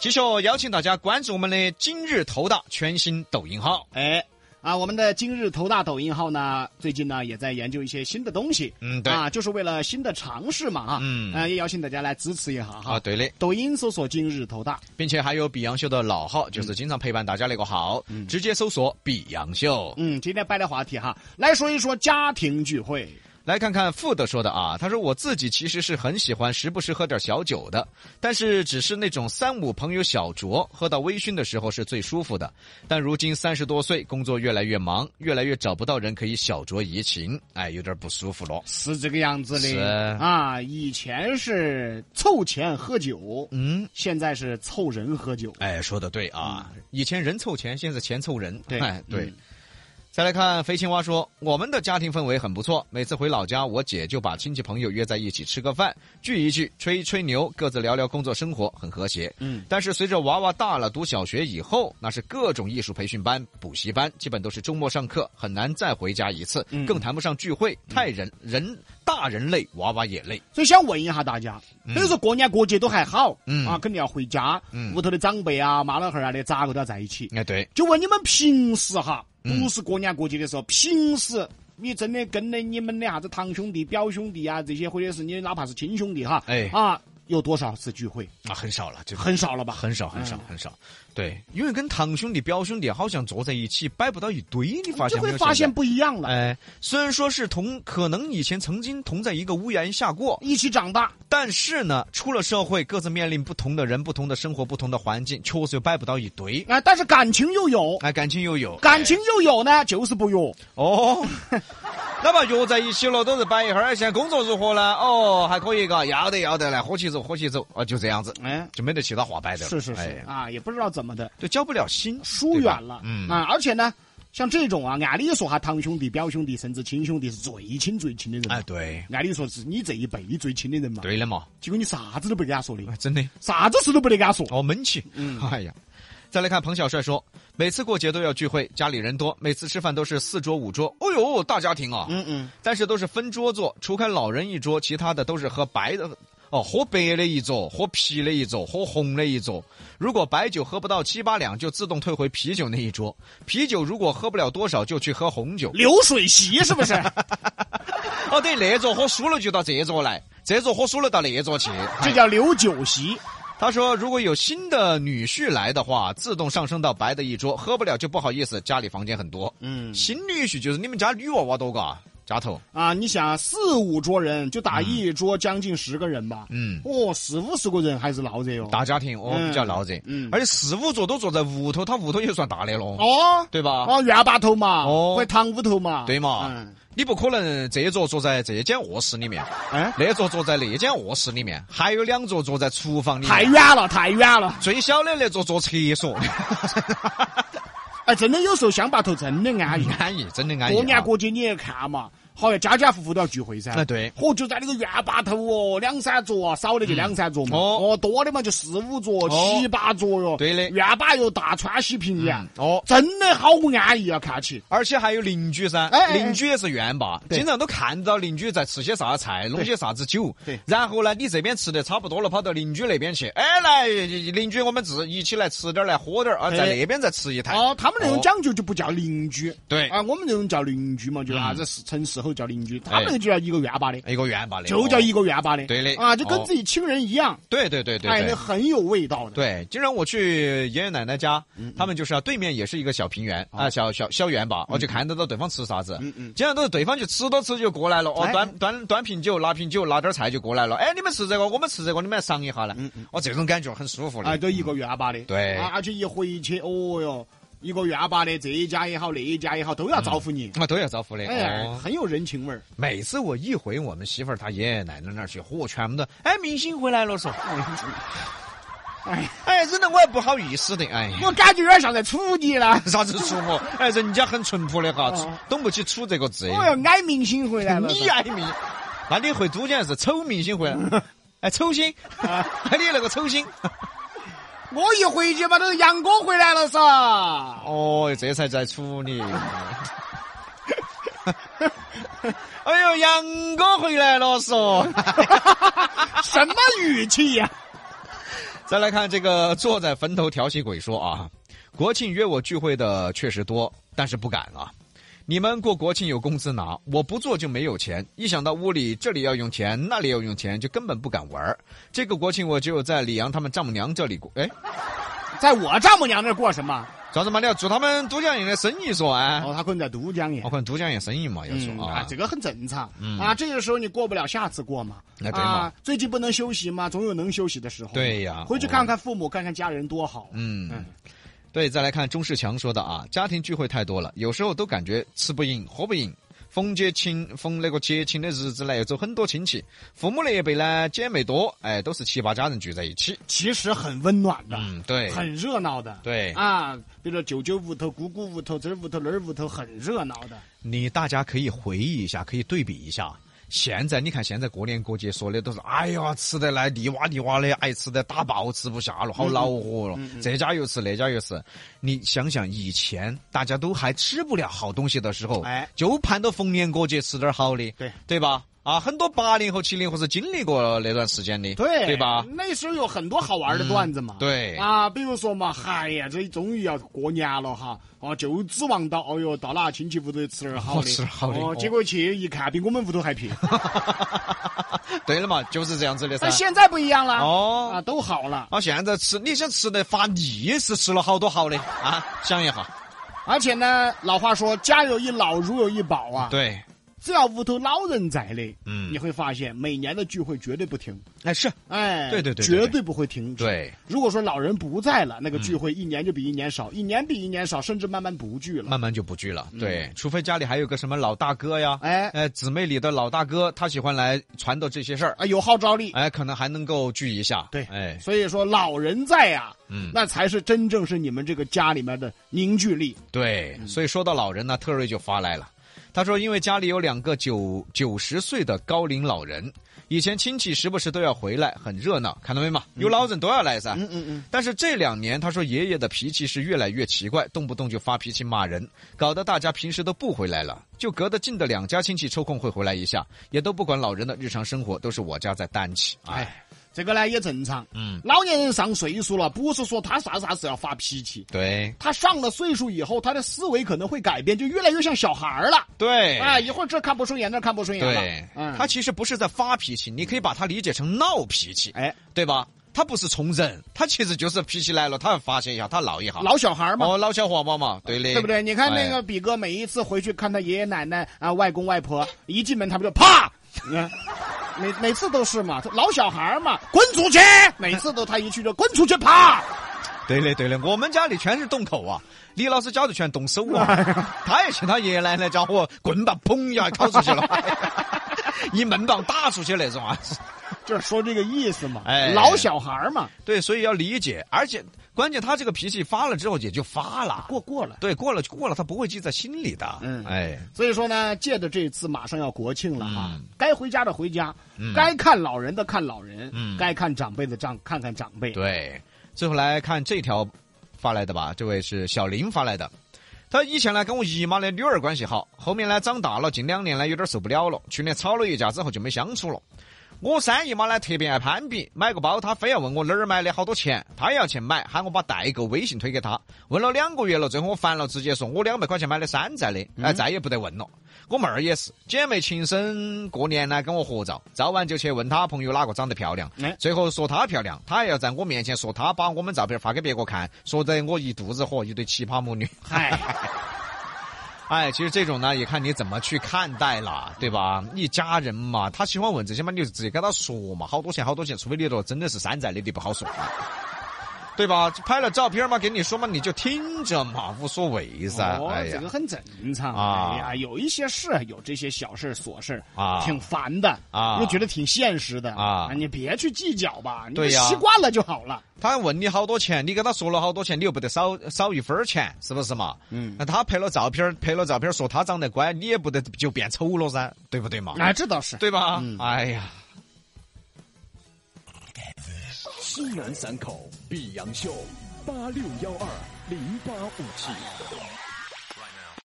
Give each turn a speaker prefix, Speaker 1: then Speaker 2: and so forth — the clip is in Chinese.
Speaker 1: 继续邀请大家关注我们的今日头大全新抖音号。
Speaker 2: 哎。啊，我们的今日头大抖音号呢，最近呢也在研究一些新的东西，
Speaker 1: 嗯对
Speaker 2: 啊，就是为了新的尝试嘛，啊，
Speaker 1: 嗯
Speaker 2: 啊，也邀请大家来支持一下哈。
Speaker 1: 啊，对的，
Speaker 2: 抖音搜索“今日头大
Speaker 1: 并且还有比洋秀的老号，就是经常陪伴大家那个号，直接搜索比洋秀”，。
Speaker 2: 嗯，今天掰的话题哈，来说一说家庭聚会。
Speaker 1: 来看看富的说的啊，他说我自己其实是很喜欢时不时喝点小酒的，但是只是那种三五朋友小酌，喝到微醺的时候是最舒服的。但如今三十多岁，工作越来越忙，越来越找不到人可以小酌怡情，哎，有点不舒服了。
Speaker 2: 是这个样子
Speaker 1: 是
Speaker 2: 的啊！以前是凑钱喝酒，
Speaker 1: 嗯，
Speaker 2: 现在是凑人喝酒。
Speaker 1: 哎，说的对啊，以前人凑钱，现在钱凑人。
Speaker 2: 对
Speaker 1: 哎、对。
Speaker 2: 嗯
Speaker 1: 再来看肥青蛙说，我们的家庭氛围很不错，每次回老家，我姐就把亲戚朋友约在一起吃个饭，聚一聚，吹一吹牛，各自聊聊工作生活，很和谐。
Speaker 2: 嗯，
Speaker 1: 但是随着娃娃大了，读小学以后，那是各种艺术培训班、补习班，基本都是周末上课，很难再回家一次，
Speaker 2: 嗯
Speaker 1: 更谈不上聚会，太人人大人累，娃娃也累。
Speaker 2: 所以想问一下大家，所以说过年过节都还好，
Speaker 1: 嗯
Speaker 2: 啊，肯定要回家，
Speaker 1: 嗯
Speaker 2: 屋头的长辈啊、妈老汉儿啊的咋个都要在一起。
Speaker 1: 哎，对，
Speaker 2: 就问你们平时哈，
Speaker 1: 嗯
Speaker 2: 不是过年过节的时候，平时你真的跟的你们的啥子堂兄弟、表兄弟啊这些，或者是你哪怕是亲兄弟哈，
Speaker 1: 哎
Speaker 2: 啊，有多少次聚会？
Speaker 1: 啊，很少了，这个
Speaker 2: 很少了吧？
Speaker 1: 很少很少
Speaker 2: 嗯
Speaker 1: 很少，对，因为跟堂兄弟、表兄弟好像坐在一起摆不到一堆，你发
Speaker 2: 嗯
Speaker 1: 现
Speaker 2: 就
Speaker 1: 没
Speaker 2: 会
Speaker 1: 有？
Speaker 2: 发现，不一样了。
Speaker 1: 哎，虽然说是同，可能以前曾经同在一个屋檐下过，
Speaker 2: 一起长大，
Speaker 1: 但是呢，出了社会，各自面临不同的人、不同的生活、不同的环境，确实又摆不到一堆，
Speaker 2: 啊，但是感情又有，
Speaker 1: 哎，感情又有
Speaker 2: 感情又有呢，就是不约。
Speaker 1: 哦。 哪怕约在一起了，都是摆一会儿。哎现在工作如何呢？哦，还可以嘎，要得要得，来喝起走，喝起走，啊，就这样子，
Speaker 2: 哎，
Speaker 1: 就没得其他话摆的了。
Speaker 2: 是是是、
Speaker 1: 哎
Speaker 2: 啊，也不知道怎么的，
Speaker 1: 就交不了心，
Speaker 2: 疏
Speaker 1: 对吧
Speaker 2: 远了。
Speaker 1: 嗯
Speaker 2: 啊，而且呢，像这种啊，按理说哈，堂兄弟、表兄弟，甚至亲兄弟是最亲最亲的人。
Speaker 1: 哎，对，
Speaker 2: 按理说是你这一辈最亲的人嘛。
Speaker 1: 对的嘛，
Speaker 2: 结果你啥子都不给他说的，
Speaker 1: 哎真的。
Speaker 2: 啥子事都不得给他说。
Speaker 1: 哦，闷气。嗯， 哎呀。再来看彭小帅说，每次过节都要聚会，家里人多，每次吃饭都是四桌五桌，哦呦，大家庭啊。
Speaker 2: 嗯嗯，
Speaker 1: 但是都是分桌坐，除开老人一桌，其他的都是喝白的。哦，喝白的一桌，喝啤的一桌，喝红的一桌。如果白酒喝不到七八两，就自动退回啤酒那一桌；啤酒如果喝不了多少，就去喝红酒。
Speaker 2: 流水席是 不是？
Speaker 1: 哦，对，那桌喝输了就到这桌来，这桌喝输了到那桌去。
Speaker 2: 这叫留酒席。
Speaker 1: 他说，如果有新的女婿来的话，自动上升到白的一桌，喝不了就不好意思，家里房间很多。
Speaker 2: 嗯
Speaker 1: 新女婿就是你们家女娃娃多嘎，家头。
Speaker 2: 啊，你想啊四五桌人就打一桌，将近十个人吧。
Speaker 1: 嗯，
Speaker 2: 哦，四五十个人还是闹热哟。
Speaker 1: 大家庭哦，
Speaker 2: 嗯
Speaker 1: 比较闹热。
Speaker 2: 嗯
Speaker 1: 而且四五桌都坐在屋头，他屋头也算大的了，
Speaker 2: 哦
Speaker 1: 对吧？
Speaker 2: 哦，院坝头嘛，
Speaker 1: 啊哦
Speaker 2: 或者堂屋头嘛，
Speaker 1: 对嘛
Speaker 2: 嗯，
Speaker 1: 你不可能这一桌坐在这间卧室里面，
Speaker 2: 哎，
Speaker 1: 那桌坐在那间卧室里面，还有两桌坐在厨房里
Speaker 2: 太
Speaker 1: 面，
Speaker 2: 远了，太远了。
Speaker 1: 最小的那桌坐厕所。
Speaker 2: 哎，真的有时候乡坝头真的安逸。
Speaker 1: 安逸，真的安逸啊。
Speaker 2: 过年过节你也看嘛，好像家家户户都要聚会噻。
Speaker 1: 哎对
Speaker 2: 嚯，哦就在那个院坝头哦，两三桌啊，少的就两三桌
Speaker 1: 嗯
Speaker 2: 嘛。
Speaker 1: 哦
Speaker 2: 哦，多的嘛就四五桌、
Speaker 1: 哦
Speaker 2: 七八桌哟。
Speaker 1: 对的
Speaker 2: 院坝又大，川西平原
Speaker 1: 嗯，哦，
Speaker 2: 真的好安逸啊，看起。
Speaker 1: 而且还有邻居噻
Speaker 2: 哎哎，哎
Speaker 1: 邻居也是院坝，
Speaker 2: 对
Speaker 1: 经常都看到邻居在吃些啥菜，弄些啥子酒。
Speaker 2: 对
Speaker 1: 然后呢，你这边吃的差不多了，跑到邻居那边去，哎，来，邻居我们自一起来吃点儿，来喝点儿，啊，
Speaker 2: 哎
Speaker 1: 在那边再吃一台。
Speaker 2: 哦，他们那种
Speaker 1: 哦
Speaker 2: 讲究就不叫邻居。
Speaker 1: 对
Speaker 2: 啊，我们那种叫邻居嘛，就
Speaker 1: 嗯
Speaker 2: 啥子市城市后叫邻居，他们
Speaker 1: 哎
Speaker 2: 那个就叫一个院坝的，
Speaker 1: 一个院坝的，
Speaker 2: 就叫一
Speaker 1: 哦。
Speaker 2: 个院坝的。
Speaker 1: 对的
Speaker 2: 啊，就跟
Speaker 1: 哦
Speaker 2: 自己亲人一样，
Speaker 1: 对对对对
Speaker 2: 哎，那
Speaker 1: 对。
Speaker 2: 很有味道的。
Speaker 1: 对，经常我去爷爷奶奶家，
Speaker 2: 嗯
Speaker 1: 他们就是啊，对面也是一个小平原
Speaker 2: 哦
Speaker 1: 啊，小小小园吧，我就看得到对方吃啥子，经常都是对方就吃都吃就过来了，哦
Speaker 2: 嗯哎，
Speaker 1: 端端端瓶酒，拿瓶酒，拿点菜就过来了，哎，你们吃这个，我们吃这个，你们来尝一下
Speaker 2: 嗯
Speaker 1: 来，哦，这种感觉很舒服的
Speaker 2: 啊，，都一个院坝的，
Speaker 1: 嗯对
Speaker 2: 啊而且一回去，哦哟，一个院坝的这一家也好，那一家也好，都要招呼你，
Speaker 1: 啊，都要招呼的，
Speaker 2: 哎，
Speaker 1: 哦。
Speaker 2: 很有人情味儿。
Speaker 1: 每次我一回我们媳妇儿她爷爷奶奶那儿去，嚯，全部都哎，明星回来了说，
Speaker 2: 哎，
Speaker 1: 哎，真的我也不好意思的，哎。
Speaker 2: 我感觉有点像在处你了。
Speaker 1: 啥子处我？哎，人家很淳朴的哈
Speaker 2: 哦，
Speaker 1: 懂不起“处”这个字。
Speaker 2: 哦哟，矮明星回来了，
Speaker 1: 你爱明，那你会都讲是丑明星回 来？哎，丑星，哎你那个丑星，
Speaker 2: 啊我一回去嘛，都是杨哥回来了噻。
Speaker 1: 哦，这才在处理。 哎呦，杨哥回来了，说
Speaker 2: 什么语气呀、
Speaker 1: 再来看这个坐在坟头调戏鬼说啊，国庆约我聚会的确实多，但是不敢啊。你们过国庆有工资拿，我不做就没有钱。一想到屋里这里要用钱，那里要用钱，就根本不敢玩儿这个国庆我只有在李阳他们丈母娘这里过。哎，
Speaker 2: 在我丈母娘那儿过什么？
Speaker 1: 咋子嘛？你要做他们都江堰的生意说啊？
Speaker 2: 哦，他可能在都江堰
Speaker 1: 我。看都江堰生意嘛，要
Speaker 2: 嗯
Speaker 1: 说啊嗯
Speaker 2: 啊，，这个很正常、啊。这个时候你过不了，下次过嘛。
Speaker 1: 那对嘛
Speaker 2: 啊，最近不能休息嘛，总有能休息的时候。
Speaker 1: 对呀
Speaker 2: 回去看看父母，看看家人，多好。
Speaker 1: 嗯，对，再来看钟世强说的啊，家庭聚会太多了，有时候都感觉吃不赢、喝不赢。逢节庆，逢那个节庆的日子呢，又走很多亲戚，父母那一辈呢，姐妹多，哎，都是七八家人聚在一起。
Speaker 2: 其实很温暖的，
Speaker 1: 嗯，对，
Speaker 2: 很热闹的。
Speaker 1: 对
Speaker 2: 啊，比如说舅舅屋头、姑姑屋头、这儿屋头那儿屋头，很热闹的。
Speaker 1: 你大家可以回忆一下，可以对比一下。现在你看，现在过年过节说的都是，哎呀，吃得来泥哇泥哇的，哎，吃得打饱，吃不下了，好恼火了，
Speaker 2: 嗯
Speaker 1: 这家又吃那家又吃。你想想，以前大家都还吃不了好东西的时候，
Speaker 2: 哎
Speaker 1: 就盼着逢年过节吃点好的，
Speaker 2: 对
Speaker 1: 对吧？啊，很多八零后、七零后是经历过那段时间的，
Speaker 2: 对，
Speaker 1: 对吧？嗯
Speaker 2: 那时候有很多好玩的段子嘛。
Speaker 1: 对
Speaker 2: 啊，比如说嘛，哎呀，这终于要过年了哈，哦，就指望到，哦哟，到哪亲戚屋头吃点儿好
Speaker 1: 哦
Speaker 2: 的，
Speaker 1: 吃点儿好的
Speaker 2: 哦
Speaker 1: 哦，
Speaker 2: 结果去一看，比我们屋头 还便宜。
Speaker 1: 对了嘛，就是这样子的噻
Speaker 2: 但。现在不一样了，
Speaker 1: 哦
Speaker 2: 啊，都好了，
Speaker 1: 啊，现在吃，你想吃得发腻是吃了好多好的啊，想一下，
Speaker 2: 而且呢，老话说，家有一老，如有一宝啊。
Speaker 1: 对。
Speaker 2: 只要屋头老人在的，
Speaker 1: 嗯
Speaker 2: 你会发现每年的聚会绝对不停，
Speaker 1: 哎，是
Speaker 2: 哎，
Speaker 1: 对对对对
Speaker 2: 绝对不会停止。
Speaker 1: 对，嗯
Speaker 2: 如果说老人不在了，那个聚会一年就比一年少，一年比一年少，甚至慢慢不聚了。
Speaker 1: 慢慢就不聚
Speaker 2: 嗯
Speaker 1: 了。对，除非家里还有个什么老大哥呀，
Speaker 2: 哎
Speaker 1: 呃，姊妹里的老大哥，他喜欢来传导这些事儿，
Speaker 2: 啊，有号召力。
Speaker 1: 哎，可能还能够聚一下。
Speaker 2: 对，
Speaker 1: 哎，
Speaker 2: 所以说老人在呀、
Speaker 1: 嗯
Speaker 2: 那才是真正是你们这个家里面的凝聚力。嗯
Speaker 1: 对，所以说到老人呢，特瑞就发来了。他说：“因为家里有两个九九十岁的高龄老人，以前亲戚时不时都要回来，很热闹，看到没嘛？有老人都要来噻。
Speaker 2: 嗯嗯嗯，
Speaker 1: 但是这两年，他说爷爷的脾气是越来越奇怪，动不动就发脾气骂人，搞得大家平时都不回来了，就隔得近的两家亲戚抽空会回来一下，也都不管老人的日常生活，都是我家在担起。哎，
Speaker 2: 哎，这个呢也正常。
Speaker 1: 嗯，
Speaker 2: 老年人上岁数了，不是说他啥啥事要发脾气，
Speaker 1: 对
Speaker 2: 他上了岁数以后，他的思维可能会改变，就越来越像小孩儿了。
Speaker 1: 对
Speaker 2: 啊，一会儿这看不顺眼，那看不顺眼了。
Speaker 1: 哎对，
Speaker 2: 嗯，
Speaker 1: 他其实不是在发脾气，你可以把他理解成闹脾气，
Speaker 2: 哎，
Speaker 1: 对吧？他不是冲人，他其实就是脾气来了，他要发泄一下，他闹一下。
Speaker 2: 老小孩儿嘛。
Speaker 1: 哦，老小黄毛嘛，对的，
Speaker 2: 对不对？你看那
Speaker 1: 哎
Speaker 2: 个比哥，每一次回去看他爷爷奶奶啊、外公外婆，一进门他们就啪，你看，每每次都是嘛，老小孩儿嘛，滚出去！每次都他一去就滚出去啪。
Speaker 1: 对的，对的，我们家里全是动口啊，李老师家就全动手 啊，
Speaker 2: 哎
Speaker 1: 他也去他爷爷奶奶家伙棍棒砰一下敲出去了， 一闷棒打出去那种啊。
Speaker 2: 就是说这个意思嘛，
Speaker 1: 哎
Speaker 2: 老小孩儿嘛，
Speaker 1: 对，所以要理解，而且关键他这个脾气发了之后也就发了，
Speaker 2: 过过了。
Speaker 1: 对，过了就过了，他不会记在心里的。
Speaker 2: 嗯
Speaker 1: 哎，
Speaker 2: 所以说呢，借着这次马上要国庆了哈，
Speaker 1: 嗯
Speaker 2: 该回家的回家，
Speaker 1: 嗯
Speaker 2: 该看老人的看老人，
Speaker 1: 嗯
Speaker 2: 该看长辈的长看看长辈。
Speaker 1: 对，最后来看这条发来的吧，这位是小林发来的。他以前呢跟我姨妈的女儿关系好，后面呢长大了，近两年呢有点受不了了，去年吵了一架之后就没相处了。我三姨妈呢特别爱攀比，买个包她非要问我哪儿买的，好多钱，她也要去买，喊我把代购微信推给她。问了两个月了，最后我烦了，直接说我两百块钱买的山寨的，哎，再也不得问了。我妹儿也是，姐妹情深，过年呢跟我合照，照完就去问她朋友哪个长得漂亮，
Speaker 2: 哎
Speaker 1: 最后说她漂亮，她还要在我面前说她把我们照片发给别个看，说得我一肚子火，一对奇葩母女。
Speaker 2: 嗨，
Speaker 1: 哎，其实这种呢，也看你怎么去看待了，对吧？一家人嘛，他喜欢问这些嘛，你就直接跟他说嘛，好多钱，好多钱，除非你说真的是山寨的，你不好说， 对吧？拍了照片嘛，跟你说嘛，你就听着嘛，无所谓噻。
Speaker 2: 哦
Speaker 1: 哎
Speaker 2: 这
Speaker 1: 呀
Speaker 2: 个，很正常
Speaker 1: 啊
Speaker 2: 哎呀，有一些事，有这些小事琐事
Speaker 1: 啊
Speaker 2: 挺烦的
Speaker 1: 啊
Speaker 2: 又觉得挺现实的
Speaker 1: 啊
Speaker 2: 你别去计较吧，你
Speaker 1: 对呀
Speaker 2: 习惯了就好了。
Speaker 1: 他问你好多钱，你跟他说了好多钱，你又不得少少一分儿钱，是不是嘛？嗯，那他拍了照片，拍了照片说他长得乖，你也不得就变丑了噻，对不对嘛？
Speaker 2: 哎，这倒是。
Speaker 1: 对吧？
Speaker 2: 嗯
Speaker 1: 哎呀。
Speaker 3: 西南散口碧阳秀八六幺二零八五七。